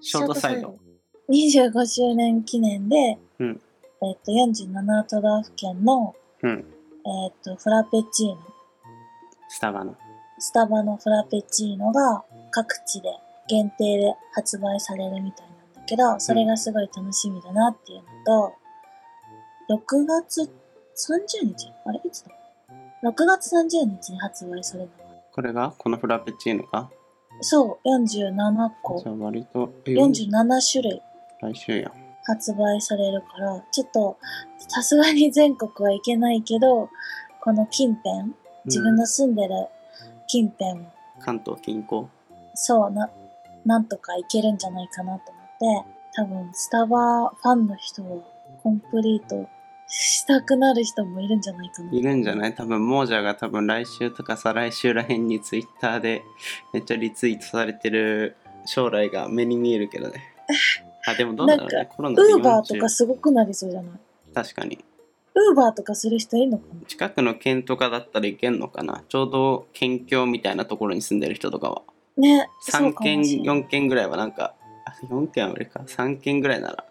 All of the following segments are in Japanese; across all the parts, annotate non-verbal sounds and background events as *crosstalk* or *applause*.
ショートサイド。 25周年記念で、うんえっと47都道府県の、うん。えっとフラペチーノスタバの。スタバのフラペチーノが各地で限定で発売されるみたいなんだけどそれがすごい楽しみだなっていうのと、6月30日あれいつだ ?6 月30日に発売されるこれがこのフラペチーノがそう47個じゃあ割と、え47種類来週やん。発売されるから、ちょっと、さすがに全国はいけないけど、この近辺、自分うんの住んでる近辺、関東近郊。そうな、なんとかいけるんじゃないかなと思って、多分、スタバファンの人は、コンプリートしたくなる人もいるんじゃないかな。いるんじゃない多分、モージャが多分来週とか再来週らへんにツイッターでめっちゃリツイートされてる将来が目に見えるけど *laughs* ね。あ、でもどうだろうなんね。コロナでウ40ーバーとかすごくなりそうじゃない確かに。ウーバーとかする人いるのかな近くの県とかだったらいけんのかなちょうど県境みたいなところに住んでる人とかは。ね、そう3かもしれ軒、ない4軒ぐらいはなんか、あ4軒は無理か。3軒ぐらいなら。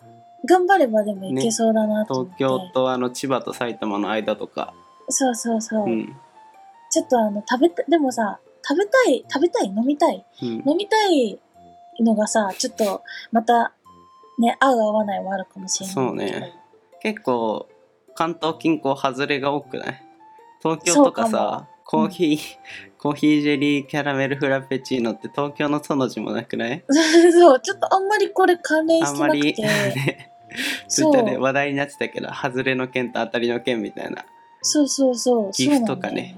頑張ればでもいけそうだなと思っ東て。京とあの千葉と埼玉の間とか。そうそうそう。うん。ちょっとあの、食べた、でもさ、食べたい、食べたい、飲みたい。うん、飲みたいのがさ、ちょっと、また、ね、合う合わないはあるかもしれない。そうね。結構関東近郊外れが多くない東京とかさそうかもコーヒー、 *laughs* コーヒージェリーキャラメルフラペチーノって東京のその字もなくない *laughs* そう、ちょっとあんまりこれ関連あんしてまなくり *laughs* て。ねツイそッターでう、話題になってたけど外れの県と当たりの県みたいなそうそうそう。岐阜とかね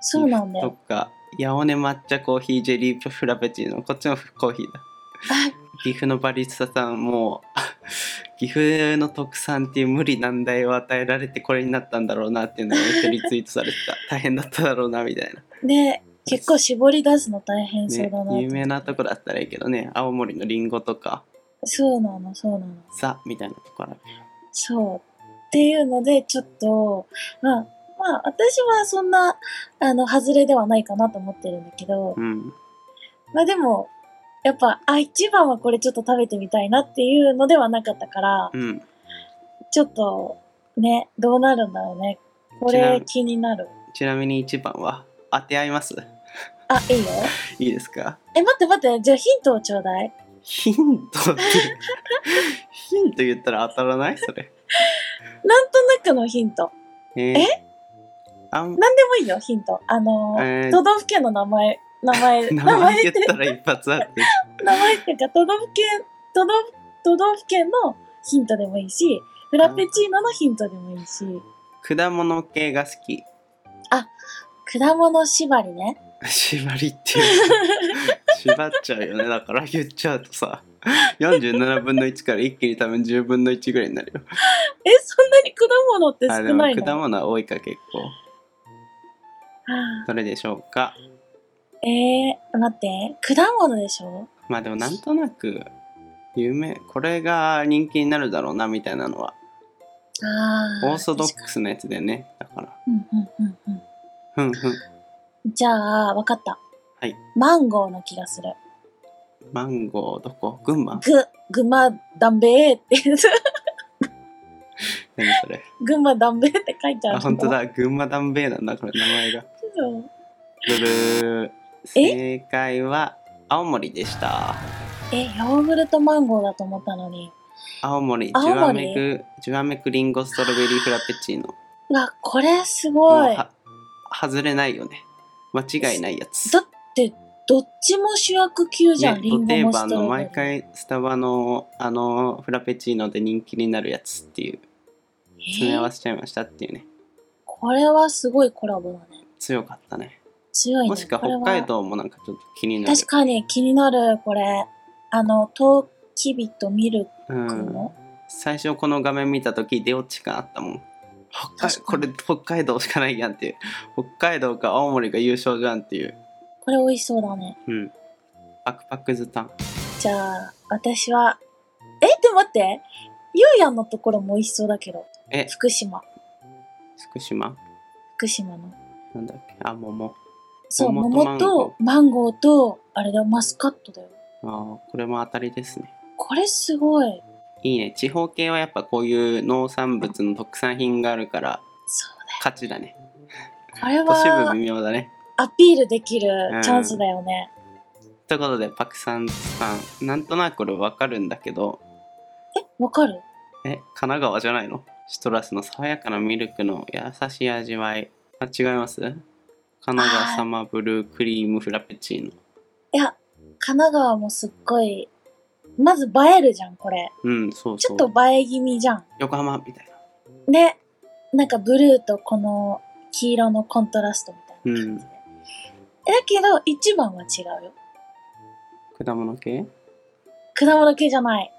そうなんだとよ。か八尾根抹茶コーヒージェリーフラペチーノこっちもコーヒーだそうなんだよ。あ岐阜のバリスタさんも *laughs* う岐阜の特産っていう無理難題を与えられてこれになったんだろうなっていうのをめっちゃリツイートされてた *laughs* 大変だっただろうなみたいなで、結構絞り出すの大変そうねだなと、、有名なとこだったらいいけどね青森のりんごとかそうなの、そうなの。ザみたいなところそう。っていうので、ちょっと、まあ、まあ、私はそんな、あの、外れではないかなと思ってるんだけど、うんまあでも、やっぱ、あ、一番はこれちょっと食べてみたいなっていうのではなかったから、うんちょっと、ね、どうなるんだろうね。こちなみれに気になる。ちなみに一番は当て合いますあ、いいよ。いいですかえ、待って待って、じゃあヒントをちょうだい。ヒントってヒント言ったら当たらないそれなんとなくのヒント。えあんなんでもいいよ、ヒント。あのーえー都道府県の名前、名前、 *laughs* 名名前前言っ、ってたら一発あって名前っていうか、都道府県、都道府、都道府県のヒントでもいいし、フラペチーノのヒントでもいいし、 *laughs* 果物系が好き果物縛りね。 *laughs* 縛りっていうか縛っちゃうよねだから言っちゃうとさ47分の1から一気に多分10分の1ぐらいになるよえ、そんなに果物ってあ少でもないの果物は多いか結構はどれでしょうかあえー、待って、果物でしょまあでもなんとなく有名これが人気になるだろうなみたいなのはああ。オーソド確かックスなやつでねだからにうんうんうんふんふんうん。じゃあ、わかった。はいマンゴーの気がする。マンゴーどこ群馬ぐ、ぐまだんべーって、 *laughs* 何それぐまだんべーって書いてある。あ本当。だ群馬ダンベイなんだこれ名前がそうブルー正解は青森でしたえ、ヨーグルトマンゴーだと思ったのに。青森青ジ森ュアメクジュアメクリンゴストロベリーフラペチーノうわ、これすごい。は外れないよね間違いないやつだって、どっちも主役級じゃん、ねリンゴ定もス番トのロベリー毎回スタバのあのフラペチーノで人気になるやつっていう詰め合わえーせちゃいましたっていうねこれはすごいコラボだね。強かったね強いね。もしくはこれ北は海道もなんかちょっと気になる確かに気になる、これ。あの、トウキビとミルうクんの、最初この画面見た時出落ち感あったもん北海確かこにれ北海道しかないやんっていう北海道か青森が優勝じゃんっていうこれ美味しそうだね。うんパクパクズタンじゃあ、私は、え、でも待って。ゆうやんのところも美味しそうだけど。え福島。福島福島の。なんだっけあ桃そう、桃と桃とマンゴーと、あれだよ、マスカットだよ。あーこれも当たりですねこれすごい。いいね地方系はやっぱこういう農産物の特産品があるからそう価値だねだ。これ都市部は微妙だねアピールできるうんチャンスだよね。ということでパクさんさんなんとなくこれ分かるんだけどわ、かるえ神奈川じゃないのシトラスの爽やかなミルクの優しい味わいあ違います神奈川サマーブルークリームフラペチーノいや、神奈川もすっごい、まず映えるじゃん、これ。うんそうちそょっうと映え気味じゃん。横浜みたいなで、なんかブルーとこの黄色のコントラストみたいな感じで。えだけど、一番は違うよ。果物系果物系じゃない。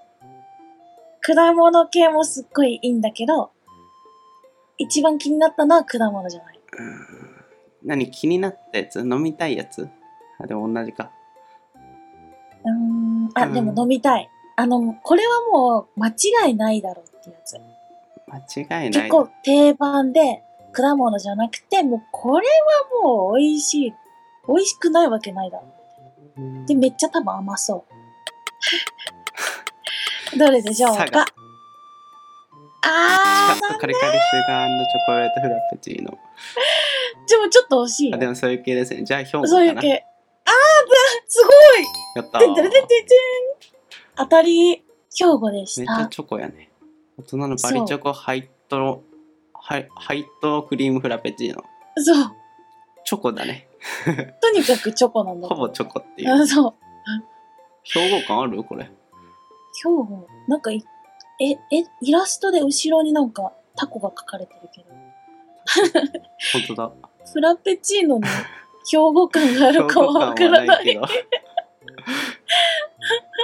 果物系もすっごいいいんだけど、一番気になったのは果物じゃない。うん何気になったやつ飲みたいやつあでも同じかうーん、あ、うんでも飲みたい。あの、これはもう間違いないだろうってやつ。間違いな結い構定番で、果物じゃなくて、もうこれはもう美味しい。美味しくないわけないだろうんう。で、めっちゃ多分甘そう。どれでしょう佐賀かあカー、ットカリカリシュガーチョコレートフラペチーノでもちょっと惜しいよあ。でもそういう系ですねじゃあ兵庫かなそういう系。あー、だすごいやったてーんてんてんてんめてん当たり、兵庫でしっちゃた。チョコやね大人のバリチョコハイトハイハイトクリームフラペチーノそう。チョコだねとにかくチョコなんだけほど。ぼチョコっていうあそう。兵庫感あるこれ兵庫、なんかい、え、え、イラストで後ろになんかタコが描かれてるけど。本当だフラペチーノに兵庫感があ兵る庫か感はわからはなないい。 *laughs* けど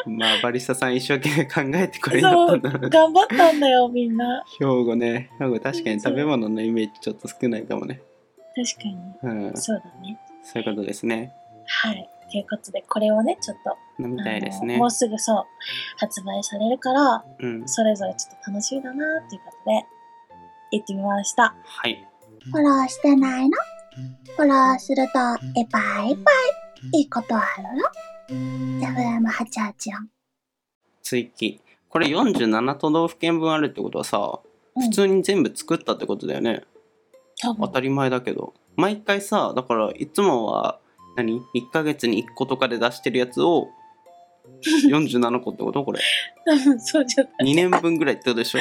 まあバリスタさん一生懸命考えてこれになっそたう、んだろうね頑張ったんだよ、みんな。兵庫ね兵庫確かに食べ物のイメージちょっと少ないかもね確かに。うんそそうだね。ういうことですねはい。ということで、これをね、ちょっと、飲みたいですあねのもうすぐそう、発売されるから、うんそれぞれちょっと楽しみだなっていうことで、行ってみました。はいフォローしてないのフォローすると、えバイバイ。いいことあるよ。FM884。追記これ47都道府県分あるってことはさ普通に全部作ったってことだよね、多分当たり前だけど毎回さだからいつもは何1ヶ月に1個とかで出してるやつを47個ってことこれ多分 *laughs* そうじゃない。 2年分ぐらいってことで *laughs* しょ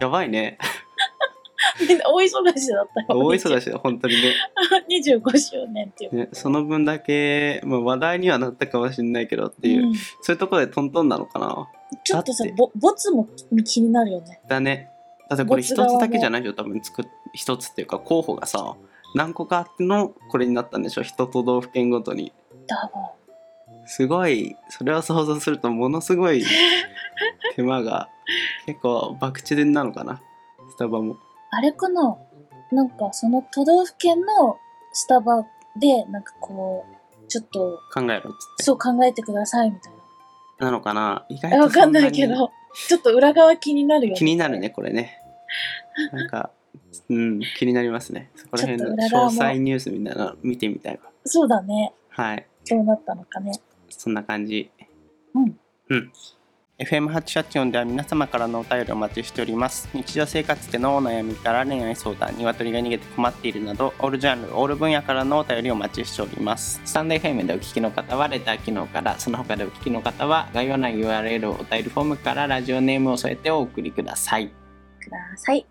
やばいねみんな大忙しだったよ。大 *laughs* 忙しだ本当にね25周年っていうことねその分だけ、まあ、話題にはなったかもしれないけどっていう、うんそういうところでトントンなのかなちょっとさだってぼボツも気になるよねだねだってこれどっち一側もつだけじゃないでしょ多分作っ一つっていうか候補がさ何個かあってのこれになったんでしょ一都道府県ごとに多分すごいそれを想像するとものすご *laughs* い手間が結構博打でなのかなスタバもあれかななんかその都道府県のスタバでなんかこうちょっと考えろっつってそう考えてくださいみたいなのかな意なえ外とわかそんななにいけどちょっと裏側気になるよね気になるねこれねなんかうん気になりますねそこら辺ちょのっと裏側も詳細ニュースみたいなの見てみたいわそうだねはいどうなったのかねそんな感じうんうん FM884 では皆様からのお便りをお待ちしております日常生活でのお悩みから恋愛相談鶏が逃げて困っているなどオールジャンルオール分野からのお便りをお待ちしておりますスタンド FM でお聞きの方はレター機能からその他でお聞きの方は概要欄 URL お便りフォームからラジオネームを添えてお送りくださいください